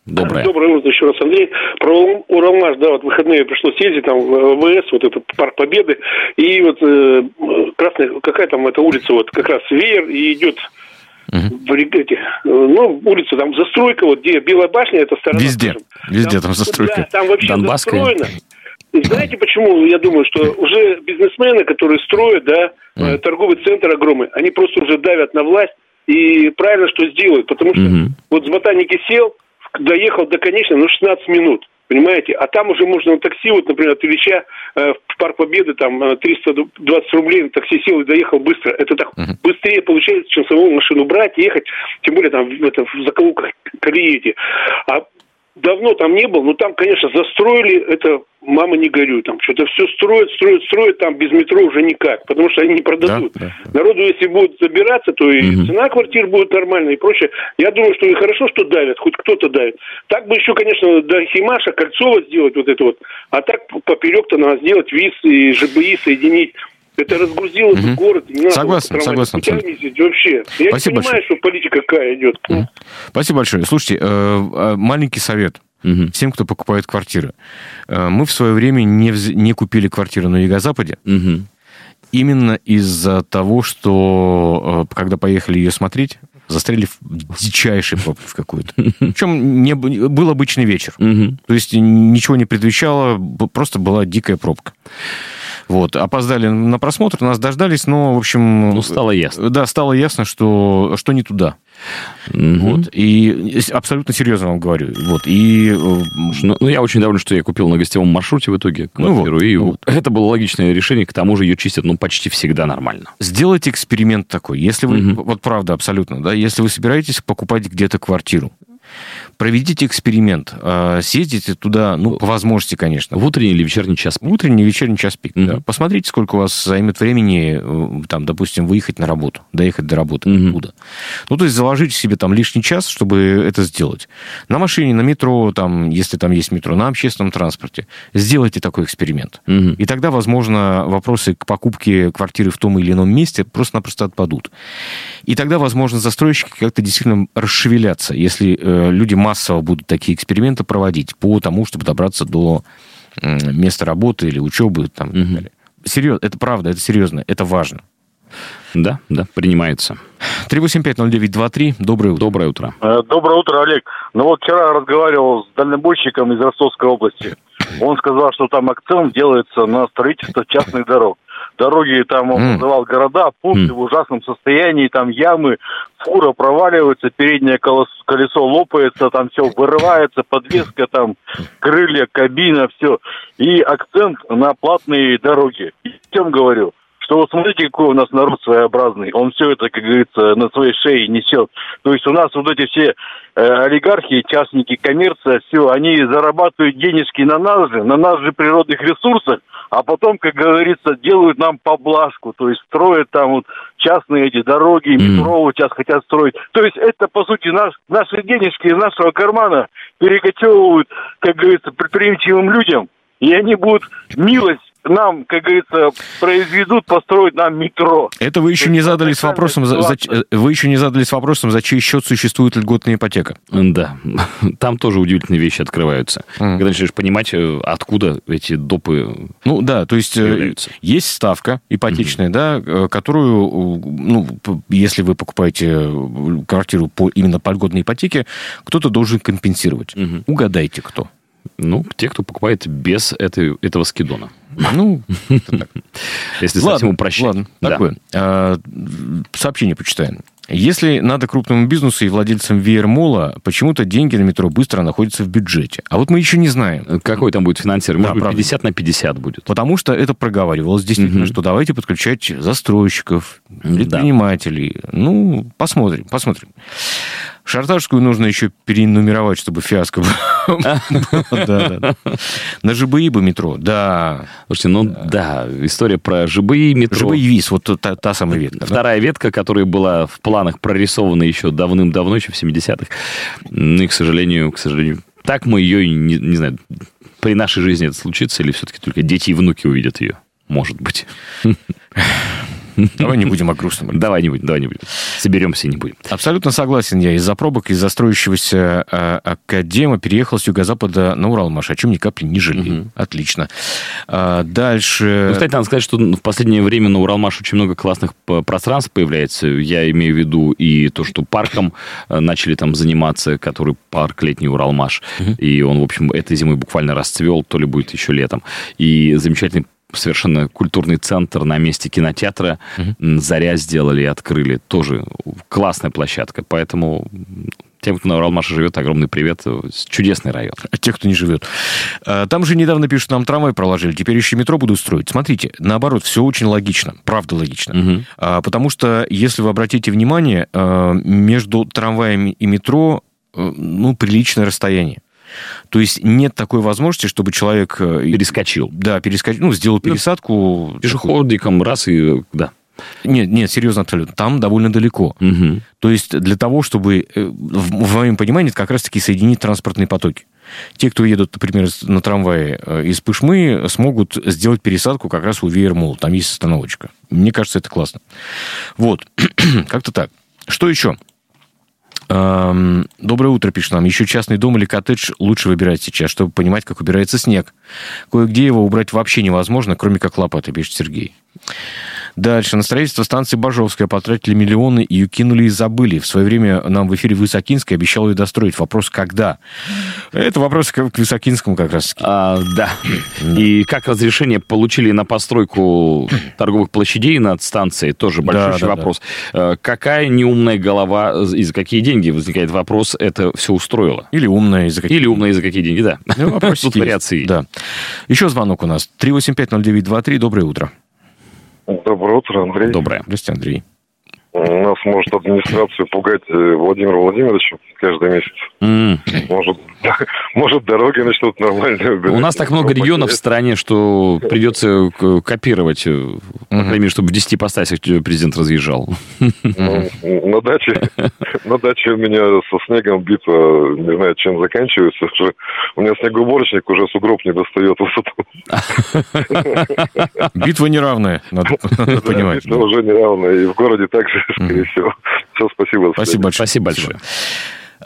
Доброе. Доброе утро еще раз, Андрей. Про Урал- Уралмаш, да, вот в выходные пришлось ездить, там, э, в ВС, вот это Парк Победы, и вот э, красная, какая там эта улица, вот как раз веер, и идет в регате. Ну, улица там застройка, вот где Белая башня, это сторона. Везде. скажем. Везде там ну, застройка. Да, там вообще Донбасская. застроено. И знаете, почему я думаю, что уже бизнесмены, которые строят, да, э, торговый центр огромный, они просто уже давят на власть и правильно что сделают, потому что Мгм. вот с ботаники сел, доехал до конечной, ну, 16 минут, понимаете, а там уже можно на такси, вот, например, от Ильича э, в Парк Победы, там, э, 320 рублей на такси сел и доехал быстро. Это так быстрее получается, чем самому машину брать, ехать, тем более там в, это, в закоулках колеи эти. А давно там не был, но там, конечно, застроили это, мама не горюй, там что-то все строят, строят, строят, там без метро уже никак, потому что они не продадут. Да, Народу, если будут забираться, то и цена квартир будет нормальная и прочее. Я думаю, что и хорошо, что давят, хоть кто-то давит. Так бы еще, конечно, до Химаша Кольцова сделать вот это вот, а так поперек-то надо сделать ВИЗ и ЖБИ соединить. Это разгрузило бы город. Не надо Согласен, вот согласен, путями ездить вообще. Я Спасибо не понимаю, что политика какая идет. Спасибо большое. Слушайте, э, э, маленький совет. Мгм. Всем, кто покупает квартиры. Э, Мы в свое время не, вз- не купили квартиру на Юго-Западе Мгм. именно из-за того, что э, когда поехали ее смотреть, застряли в дичайший пробки в какую-то. Причем не, б- был обычный вечер. Мгм. То есть ничего не предвещало, б- просто была дикая пробка. Вот, опоздали на просмотр, нас дождались, но, в общем... Ну, стало ясно. Да, стало ясно, что, что не туда. Мгм. Вот. И с- абсолютно серьезно вам говорю. Вот. И э, м, Ну, ну, я очень доволен, что я купил на гостевом маршруте в итоге Ну квартиру. вот, и ну вот. это было логичное решение. К тому же ее чистят, ну, почти всегда нормально. сделайте эксперимент такой. Если вы, Мгм. вот правда, абсолютно, да, если вы собираетесь покупать где-то квартиру, Проведите эксперимент. Э, Съездите туда, ну, по возможности, конечно. В утренний или вечерний час? В утренний, вечерний час пик. Мгм. да. Посмотрите, сколько у вас займет времени, э, там, допустим, выехать на работу, доехать до работы Мгм. оттуда. Ну, то есть заложите себе там лишний час, чтобы это сделать. На машине, на метро, там, если там есть метро, на общественном транспорте. Сделайте такой эксперимент. Мгм. И тогда, возможно, вопросы к покупке квартиры в том или ином месте просто-напросто отпадут. И тогда, возможно, застройщики как-то действительно расшевелятся, если э, люди массово будут такие эксперименты проводить по тому, чтобы добраться до м, места работы или учебы. Там, и так Мгм. далее. Серьез- это правда, это серьезно, это важно. Да, да, принимается. 3850923, доброе утро. Доброе утро. Э, Доброе утро, Олег. Ну вот вчера разговаривал с дальнобойщиком из Ростовской области. Он сказал, что там акцент делается на строительство частных дорог. Дороги там он М. называл города, пункты М. в ужасном состоянии, там ямы, фура проваливается, переднее колос- колесо лопается, там все вырывается, подвеска там, крылья, кабина, все. И акцент на платные дороги. И всем говорю, что вот смотрите, какой у нас народ своеобразный. Он все это, как говорится, на своей шее несет. То есть у нас вот эти все э, олигархи, частники, коммерция, все, они зарабатывают денежки на нас же, на нас же природных ресурсах, а потом, как говорится, делают нам поблажку, то есть строят там вот частные эти дороги, Мгм. метро вот сейчас хотят строить. То есть это, по сути, наш, наши денежки из нашего кармана перекочевывают, как говорится, предприимчивым людям, и они будут милость нам, как говорится, произведут, построить нам метро. Это вы еще То не есть задались такая вопросом, за, за- ситуация. вы еще не задались вопросом, за чей счет существует льготная ипотека. Да, там тоже удивительные вещи открываются. Мгм. Когда начинаешь понимать, э, откуда эти допы... Ну да, то есть э, Являются. есть ставка ипотечная, да, э, которую, э, ну, п- если вы покупаете э, квартиру по, именно по льготной ипотеке, кто-то должен компенсировать. Мгм. Угадайте, кто. Ну, те, кто покупает без этой, этого скидона. Ну, Если совсем упрощать. ладно, Да. такое. А, м, сообщение почитаем. Если надо крупному бизнесу и владельцам веермола, а, почему-то деньги на метро быстро находятся в бюджете. А вот мы еще не знаем. Какой там будет финансер? Может Да, быть, правда. 50 на 50 будет. Потому что это проговаривалось действительно, Мгм. что давайте подключать застройщиков, Да. предпринимателей. Ну, посмотрим, посмотрим. Шарташскую нужно еще перенумеровать, чтобы фиаско было. Да, да. На ЖБИ бы метро, да. Слушайте, ну да, история про ЖБИ, метро. ЖБИ ВИС, вот та- та самая ветка. да. Вторая ветка, которая была в планах прорисована еще давным-давно, еще в 70-х. Ну и, к сожалению, к сожалению, так мы ее, и не, не знаю, при нашей жизни это случится, или все-таки только дети и внуки увидят ее. Может быть. Давай не будем о грустном. Давай не будем, давай не будем. Соберемся и не будем. Абсолютно согласен я. Из-за пробок, из-за строящегося э, Академа переехал с юго-запада на Уралмаш, о чем ни капли не жалею. Отлично. А, Ну, дальше... кстати, надо сказать, что в последнее время на Уралмаш очень много классных п- пространств появляется. Я имею в виду и то, что парком э, начали там заниматься, который парк летний Уралмаш. И он, в общем, этой зимой буквально расцвел, то ли будет еще летом. И замечательный совершенно культурный центр на месте кинотеатра М, «Заря» сделали и открыли. Тоже классная площадка. Поэтому м, тем, кто на Уралмаше живет, огромный привет. Э, Чудесный район. А Те, кто не живет. А, Там же недавно пишут, нам трамвай проложили, теперь еще метро будут строить. Смотрите, наоборот, все очень логично, правда логично. Мгм. А, Потому что, если вы обратите внимание, а, между трамваем и метро э, ну, приличное расстояние. То есть нет такой возможности, чтобы человек... э, Перескочил. Да, перескочил, ну, сделал пересадку. Пешеходиком раз и... Да. Нет, нет, серьезно абсолютно. Там довольно далеко. Мгм. То есть для того, чтобы, э, в, в моем понимании, это как раз-таки соединить транспортные потоки. Те, кто едут, например, с- на трамвае э, из Пышмы, смогут сделать пересадку как раз у Веермол. Там есть остановочка. Мне кажется, это классно. Вот. Как-то так. Что еще? Эм, Доброе утро, пишет нам. Еще частный дом или коттедж лучше выбирать сейчас, чтобы понимать, как убирается снег. Кое-где его убрать вообще невозможно, кроме как лопаты, пишет Сергей. Дальше. На строительство станции Бажовская потратили миллионы, ее кинули и забыли. В свое время нам в эфире Высокинский обещал ее достроить. Вопрос, когда? Это вопрос к к Высокинскому как раз. А, да. И как разрешение получили на постройку торговых площадей над станцией, тоже большой да, да. вопрос. Э, Какая неумная голова и за какие деньги, возникает вопрос, это все устроило? Или умная из-за каких- Или умная и за какие деньги, да. Ну, вопросики Тут есть. вариации есть. Да. Еще звонок у нас. 3850923. Доброе утро. Доброе утро, Андрей. Доброе. Здравствуйте, Андрей. Нас может администрацию пугать э, Владимир Владимирович каждый месяц. М. Может, может дороги начнут нормально. У нас так много регионов в стране, что придется к- копировать, э, по крайней мере, чтобы в 10 постасях президент разъезжал. Ну, На даче, на даче у меня со снегом битва, не знаю, чем заканчивается. уже. У меня снегоуборочник уже сугроб не достает высоту. Битва неравная, надо, Ну, надо понимать. Битва уже неравно. И в городе также, скорее всего. Все, спасибо. до Спасибо большое. Спасибо большое.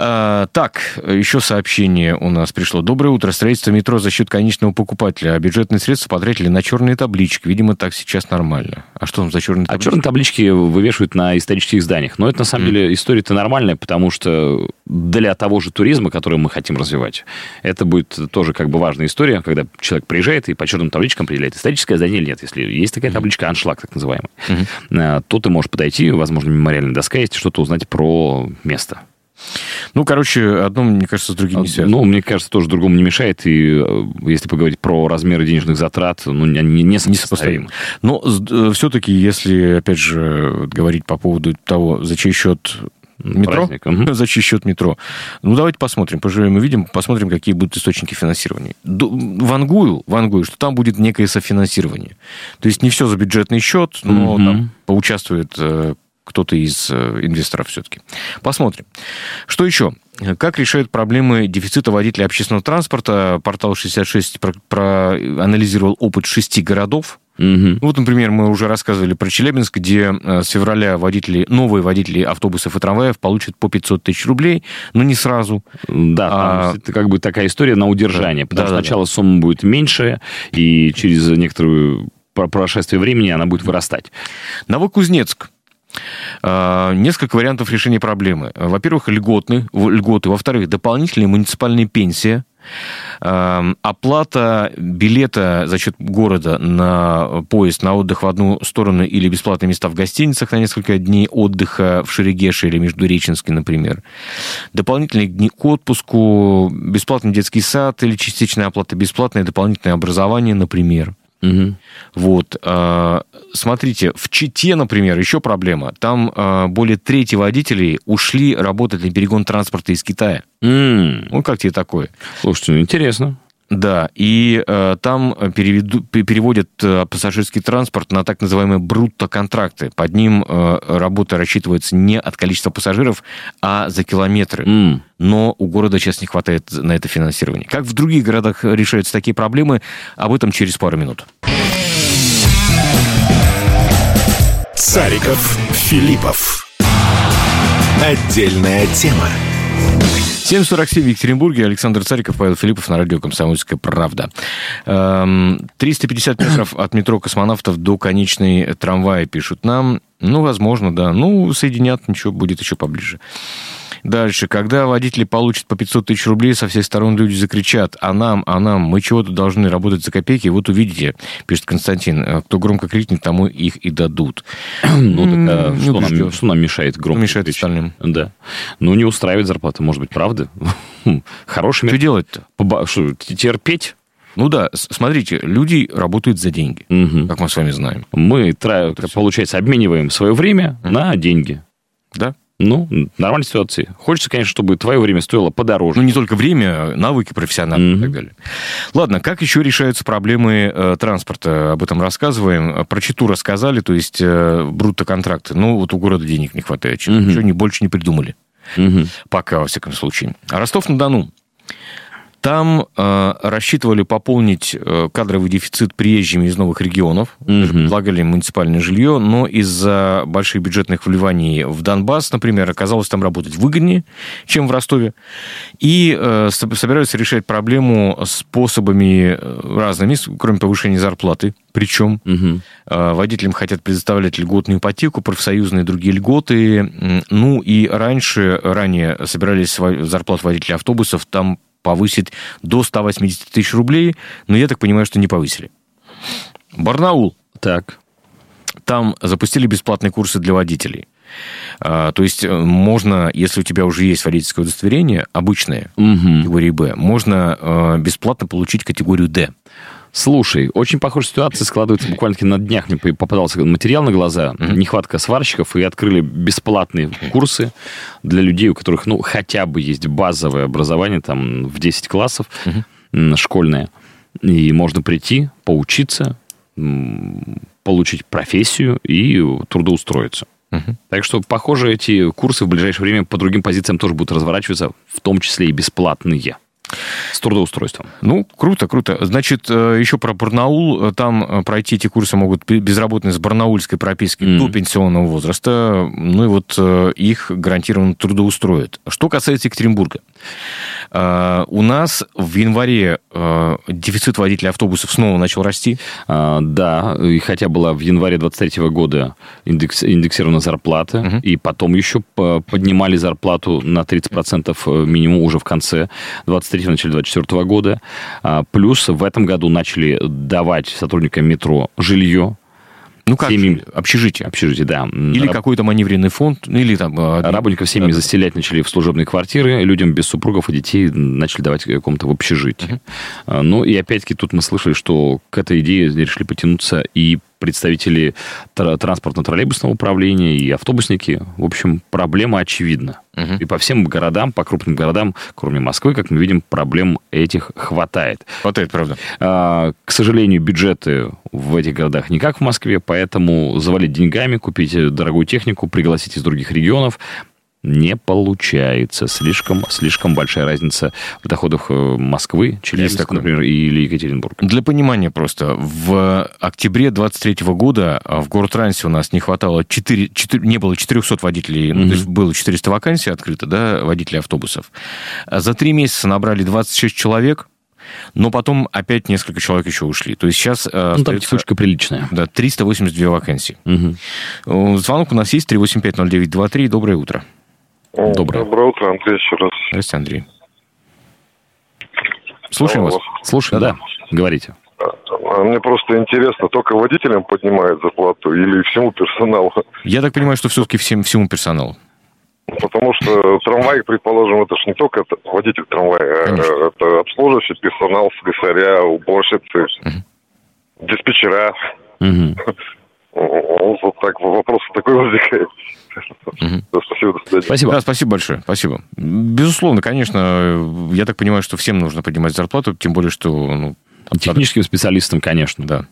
А, так, еще сообщение у нас пришло. Доброе утро. Строительство метро за счет конечного покупателя, а бюджетные средства потратили на черные таблички. Видимо, так сейчас нормально. А что там за черные А таблички? черные таблички вывешивают на исторических зданиях. Но это, на самом деле, история-то нормальная, потому что для того же туризма, который мы хотим развивать, это будет тоже как бы важная история, когда человек приезжает и по черным табличкам определяет, историческое здание или нет. Если есть такая табличка, аншлаг так называемый, э, то ты можешь подойти, возможно, мемориальная доска есть, и что-то узнать про место. Ну, короче, одно, мне кажется, с другим не связано. Ну, мне кажется, тоже другому не мешает. И э, если поговорить про размеры денежных затрат, ну, не, не, не сопоставимо. сопоставимо. Но все-таки, если, опять же, вот говорить по поводу того, за чей счет метро, Праздник, мгм. за чей счет метро, ну, давайте посмотрим, поживем и видим, посмотрим, какие будут источники финансирования. Ду- Вангую, вангую, что там будет некое софинансирование. То есть не все за бюджетный счет, но Мгм. там поучаствует э, кто-то из э, инвесторов все-таки. Посмотрим. Что еще? Как решают проблемы дефицита водителей общественного транспорта? Портал 66 про- проанализировал опыт шести городов. Мгм. Ну, Вот, например, мы уже рассказывали про Челябинск, где э, с февраля водители, новые водители автобусов и трамваев получат по 500 тысяч рублей, но не сразу. Да, там А- это как бы такая история на удержание. Потому что Да-да-да. сначала сумма будет меньше, и через некоторое про- прошествие времени она будет вырастать. Новокузнецк. Э, Несколько вариантов решения проблемы. Во-первых, льготны, в- льготы. Во-вторых, дополнительные муниципальные пенсии. Эм, Оплата билета за счет города на поезд на отдых в одну сторону или бесплатные места в гостиницах на несколько дней отдыха в Шерегеше или Междуреченске, например. Дополнительные дни к отпуску, бесплатный детский сад или частичная оплата, бесплатное дополнительное образование, например. Вот. э, Смотрите, в Чите, например, еще проблема. Там э, более трети водителей ушли работать на перегон транспорта из Китая. М. Ну, как тебе такое? Слушайте, ну интересно. Да, и э, там переведу- пе- переводят э, пассажирский транспорт на так называемые брутто-контракты. Под ним э, работа рассчитывается не от количества пассажиров, а за километры М. но у города сейчас не хватает на это финансирования. Как в других городах решаются такие проблемы, об этом через пару минут. Цариков, Филиппов. Отдельная тема. 7.47 в Екатеринбурге. Александр Цариков, Павел Филиппов на радио «Комсомольская правда». Эм, 350 метров от метро космонавтов до конечной трамвая, пишут нам. Ну, возможно, да. Ну, соединят, ничего, будет еще поближе. Дальше. Когда водители получат по 500 тысяч рублей, со всех сторон люди закричат «А нам, а нам, мы чего-то должны работать за копейки, вот увидите», пишет Константин. «Э, «Кто громко крикнет, тому их и дадут». Ну, так, а М, что, убежден. нам, что нам мешает громко? мешает кричать? остальным. Да. Ну, не устраивает зарплата, может быть, правда? Хорошими... Что делать-то? Поба- Что, терпеть? Ну да, с- смотрите, люди работают за деньги, Мгм. как мы с вами знаем. Мы, тра- получается, обмениваем свое время на деньги. Да? Ну, нормальная ситуация. Хочется, конечно, чтобы твое время стоило подороже. Ну, не только время, навыки профессиональные и Мгм. так далее. Ладно, как еще решаются проблемы э, транспорта? Об этом рассказываем. Про читу рассказали, то есть э, брутто-контракты. Ну, вот у города денег не хватает. Чё- Мгм. чё они больше не придумали. Ну, Мгм. Пока, во всяком случае. А Ростов-на-Дону. Там э, рассчитывали пополнить э, кадровый дефицит приезжими из новых регионов. Даже Мгм. предлагали им муниципальное жилье, но из-за больших бюджетных вливаний в Донбасс, например, оказалось там работать выгоднее, чем в Ростове. И э, со- собираются решать проблему способами э, разными, с- кроме повышения зарплаты. Причем Мгм. э, водителям хотят предоставлять льготную ипотеку, профсоюзные и другие льготы. М, Ну и раньше, ранее собирались во- зарплат водителей автобусов там повысить до 180 тысяч рублей, но я так понимаю, что не повысили. Барнаул. Так. Там запустили бесплатные курсы для водителей. А, то есть э, можно, если у тебя уже есть водительское удостоверение, обычное, Мгм. категории Б, можно э, бесплатно получить категорию Д. Слушай, очень похожая ситуация складывается буквально на днях. Мне по- попадался материал на глаза. Нехватка сварщиков. И открыли бесплатные курсы для людей, у которых, ну, хотя бы есть базовое образование, там, в 10 классов м, школьное. И можно прийти, поучиться, м, получить профессию и трудоустроиться. Так что, похоже, эти курсы в ближайшее время по другим позициям тоже будут разворачиваться, в том числе и бесплатные. С трудоустройством. Ну, круто, круто. Значит, э, еще про Барнаул. Э, Там э, пройти эти курсы могут пе- безработные с барнаульской прописки Мгм. до пенсионного возраста. Ну и вот э, их гарантированно трудоустроят. Что касается Екатеринбурга. Э, У нас в январе э, дефицит водителей автобусов снова начал расти. А, да, и хотя была в январе 23 года индекс- индексирована зарплата, Мгм. и потом еще по- поднимали зарплату на 30% минимум уже в конце 23 начале 24 года. А, Плюс в этом году начали давать сотрудникам метро жилье, Ну как? Семьи. же, Общежитие. общежитие, да. Или Раб- какой-то маневренный фонд, ну, или там... э, Работников семьи Да. заселять начали в служебные квартиры, людям без супругов и детей начали давать какому-то в общежитии. А, Ну и опять-таки тут мы слышали, что к этой идее решили потянуться и представители тра- транспортно-троллейбусного управления, и автобусники. В общем, проблема очевидна. Мгм. И по всем городам, по крупным городам, кроме Москвы, как мы видим, проблем этих хватает. Хватает, правда. А, К сожалению, бюджеты в этих городах не как в Москве, поэтому завалить деньгами, купить э, дорогую технику, пригласить из других регионов не получается. Слишком, слишком большая разница в доходах э, Москвы, Челябинска, такое. например, или Екатеринбурга. Для понимания просто, в октябре 23 года а, в город Рансе у нас не хватало 4, не было 400 водителей, ну, то есть было 400 вакансий открыто, да, водителей автобусов. А За три месяца набрали 26 человек, но потом опять несколько человек еще ушли. То есть сейчас э, Ну, там остается, текучка приличная. да, 382 вакансии. Мгм. Э, Звонок у нас есть 3850923. Доброе утро. Доброе. утро, Андрей, еще раз. Здравствуйте, Андрей. Слушаем вас. Алло. Слушай, да, говорите. А Мне просто интересно, только водителям поднимают зарплату или всему персоналу? Я так понимаю, что все-таки всем, всему персоналу. Потому что трамвай, предположим, это же не только т- водитель трамвая, а, Конечно. э, это обслуживающий персонал, слесаря, уборщицы, диспетчера. Мгм. Ну, Вот так вопрос такой возникает. Да, Спасибо, до свидания. Спасибо. Да, спасибо большое, спасибо. Безусловно, конечно, я так понимаю, что всем нужно поднимать зарплату, тем более, что... Ну, Техническим специалистам, конечно, да.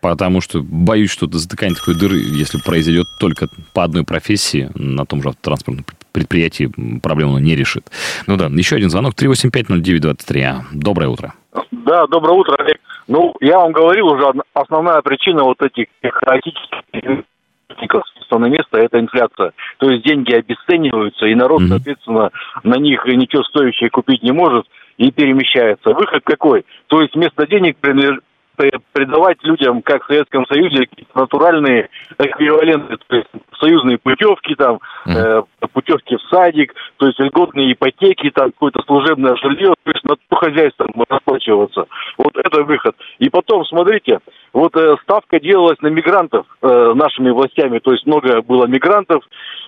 Потому что боюсь, что до затыкания такой дыры, если произойдет только по одной профессии, на том же транспортном предприятии м, проблему оно не решит. Ну да, еще один звонок 3850923. А, Доброе утро. Да, доброе утро, Олег. Ну, я вам говорил уже, одна- основная причина вот этих хаотических перевозчиков с места на место – это инфляция. То есть деньги обесцениваются, и народ, Мгм. соответственно, на них ничего стоящее купить не может и перемещается. Выход какой? То есть вместо денег принадлеж- пре- придавать людям, как в Советском Союзе, какие-то натуральные эквиваленты, то есть союзные путевки, там, э, путевки в садик, то есть льготные ипотеки, там какое-то служебное жилье, то есть на то хозяйство расплачиваться. Вот это выход. И потом, смотрите, вот э, ставка делалась на мигрантов э, нашими властями, то есть много было мигрантов,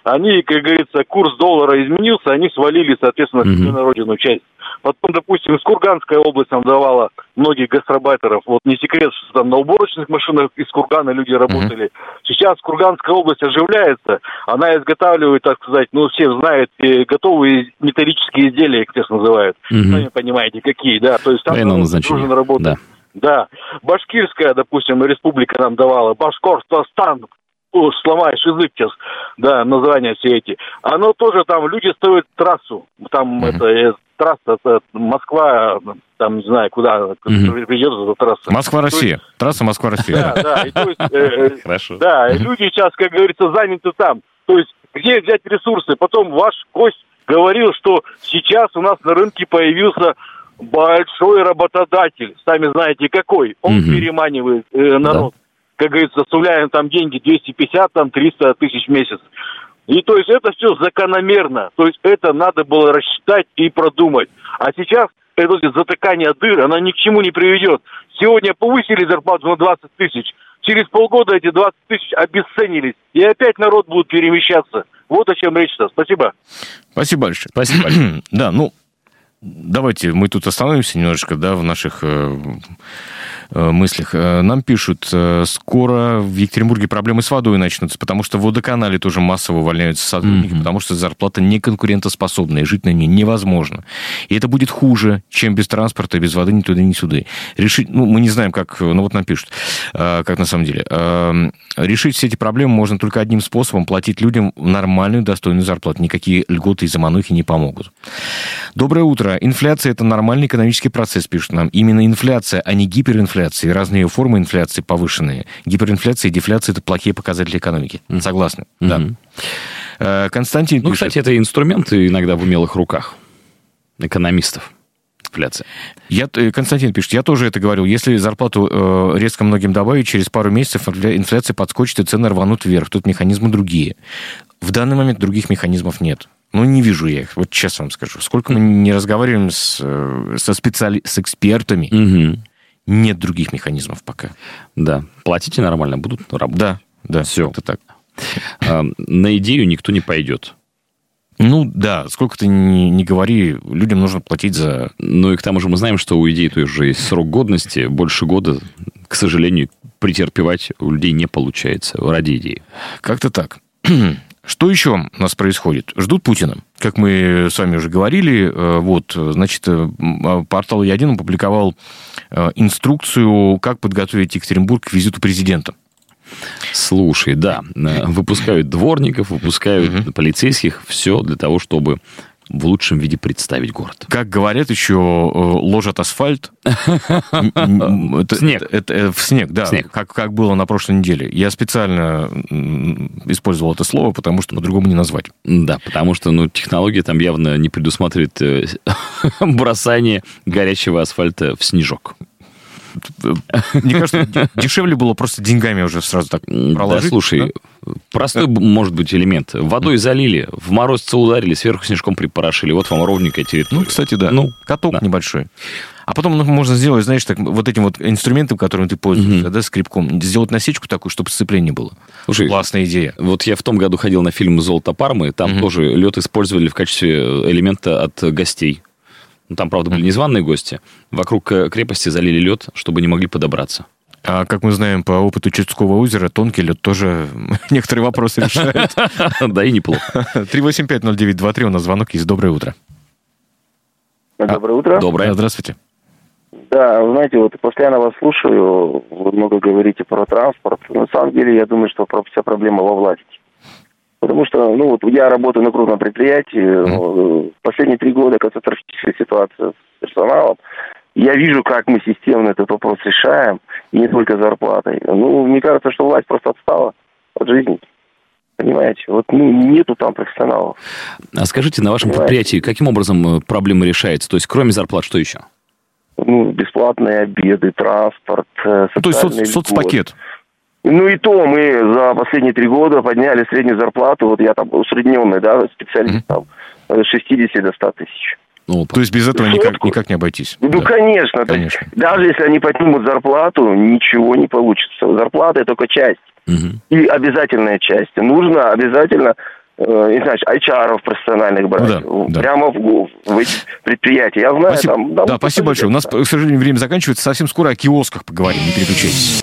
они, как говорится, курс доллара изменился, они свалили, соответственно, Мгм. себе на родину часть. Потом, ну, допустим, из Курганской области нам давала многих гастробайтеров. Вот не секрет, что там на уборочных машинах из Кургана люди работали. Сейчас Курганская область оживляется. Она изготавливает, так сказать, ну, все знают, э, готовые металлические изделия, их сейчас называют. Мгм. Сами понимаете, какие, да. То есть там Военного народ назначения. дружно работает. Да. Да. Башкирская, допустим, республика нам давала. Башкорство стан. О, Сломаешь язык сейчас, да, названия все эти. Оно тоже там, люди строят трассу. Там это, э, трасса, это Москва, э, там не знаю, куда Мгм. придет эта трасса. Москва-Россия. Трасса Москва-Россия. Да, да. И то есть, э, э, Хорошо. да, и люди сейчас, как говорится, заняты там. То есть, где взять ресурсы? Потом ваш гость говорил, что сейчас у нас на рынке появился большой работодатель, сами знаете какой. Он Мгм. переманивает э, народ. Как говорится, составляем там деньги 250, там 300 тысяч в месяц. И то есть это все закономерно. То есть это надо было рассчитать и продумать. А сейчас это вот затыкание дыр, она ни к чему не приведет. Сегодня повысили зарплату на 20 тысяч. Через полгода эти 20 тысяч обесценились. И опять народ будет перемещаться. Вот о чем речь-то. Спасибо. Спасибо большое. Спасибо большое. Да, ну, Давайте мы тут остановимся немножечко, да, в наших э, э, мыслях. Э, Нам пишут, э, скоро в Екатеринбурге проблемы с водой начнутся, потому что в водоканале тоже массово увольняются сотрудники, Мгм. потому что зарплата неконкурентоспособная, и жить на ней невозможно. И это будет хуже, чем без транспорта, без воды ни туда, ни сюда. Решить, ну, мы не знаем, как, э, ну, вот нам пишут, э, как на самом деле. Эм, Решить все эти проблемы можно только одним способом – платить людям нормальную, достойную зарплату. Никакие льготы и заманухи не помогут. Доброе утро. Инфляция – это нормальный экономический процесс, пишут нам. Именно инфляция, а не гиперинфляция и разные ее формы инфляции повышенные. Гиперинфляция и дефляция – это плохие показатели экономики. Согласны? Мгм. Да. Э, Константин Ну, пишет, кстати, это инструмент иногда в умелых руках экономистов. Инфляция. я, э, Константин пишет, я тоже это говорил. Если зарплату э, резко многим добавить, через пару месяцев инфля- инфляция подскочит и цены рванут вверх. Тут механизмы другие. В данный момент других механизмов нет. Ну, не вижу я их. Вот честно вам скажу. Сколько мы не разговариваем с, э, со специали- с экспертами, Мгм. нет других механизмов пока. Да. Платите нормально, будут работать. Да, да. Всё. как-то так. А, На идею никто не пойдет. Ну, да, сколько ты ни, ни говори, людям нужно платить за... Ну и к тому же мы знаем, что у идеи той же есть срок годности. Больше года, к сожалению, претерпевать у людей не получается ради идеи. Как-то так. Что еще у нас происходит? Ждут Путина. Как мы с вами уже говорили, э, вот, э, значит, э, м, а, портал Я1 опубликовал э, инструкцию, как подготовить Екатеринбург к визиту президента. Слушай, да, э, выпускают дворников, выпускают полицейских. Все для того, чтобы в лучшем виде представить город. Как говорят еще, э, ложат асфальт. М, м, это- Снег. это- это, э, В снег, да. Снег. Как, как было на прошлой неделе. Я специально м, использовал это слово, потому что по-другому не назвать. Да, потому что ну, технология там явно не предусматривает э, бросание горячего асфальта в снежок. Мне кажется, де- дешевле было просто деньгами уже сразу так М, проложить. да, слушай, простой, б- может быть, элемент. Водой залили, в морозце ударили, сверху снежком припорошили. Вот вам ровненькая территория. Ну, кстати, да. Ну, Каток да. небольшой. А потом ну, можно сделать, знаешь, так, вот этим вот инструментом, которым ты пользуешься, да, скрипком, сделать насечку такую, чтобы сцепление было. Слушай, Классная идея. вот я в том году ходил на фильм «Золото Пармы», там тоже лед использовали в качестве э, элемента от гостей. Ну, Там, правда, были незваные гости. Вокруг э, крепости залили лед, чтобы не могли подобраться. А как мы знаем по опыту Чудского озера, тонкий лед тоже некоторые вопросы решает. Да и неплохо. 3850923 у нас звонок есть. Доброе утро. Доброе утро. Доброе. Здравствуйте. Да, вы знаете, вот постоянно вас слушаю, вы много говорите про транспорт. На самом деле, я думаю, что про- вся проблема во власти. Потому что, ну вот, я работаю на крупном предприятии, э, последние три года катастрофическая ситуация с персоналом. Я вижу, как мы системно этот вопрос решаем, и не только зарплатой. Ну, мне кажется, что власть просто отстала от жизни. Понимаете? Вот ну, нету там профессионалов. А скажите, на вашем предприятии каким образом э, проблема решается? То есть, кроме зарплат, что еще? Ну, бесплатные обеды, транспорт, э, Ну, То есть соц- социальные льготы. соцпакет. Ну и то мы за последние три года подняли среднюю зарплату, вот я там усредненный, да, специалист там, с 60 до 100 тысяч. Ну, То есть без этого никак, Сотку. никак не обойтись. Ну, Да. конечно, то есть Конечно. даже если они поднимут зарплату, ничего не получится. Зарплата – это только часть, Мгм. и обязательная часть. Нужно обязательно, э, не знаю, HR -ов профессиональных брать, да, в- Ну да. прямо в, в эти предприятия. Я знаю, Спасибо. там... да, спасибо большое. У нас, к сожалению, время заканчивается. Совсем скоро о киосках поговорим. Не переключайтесь.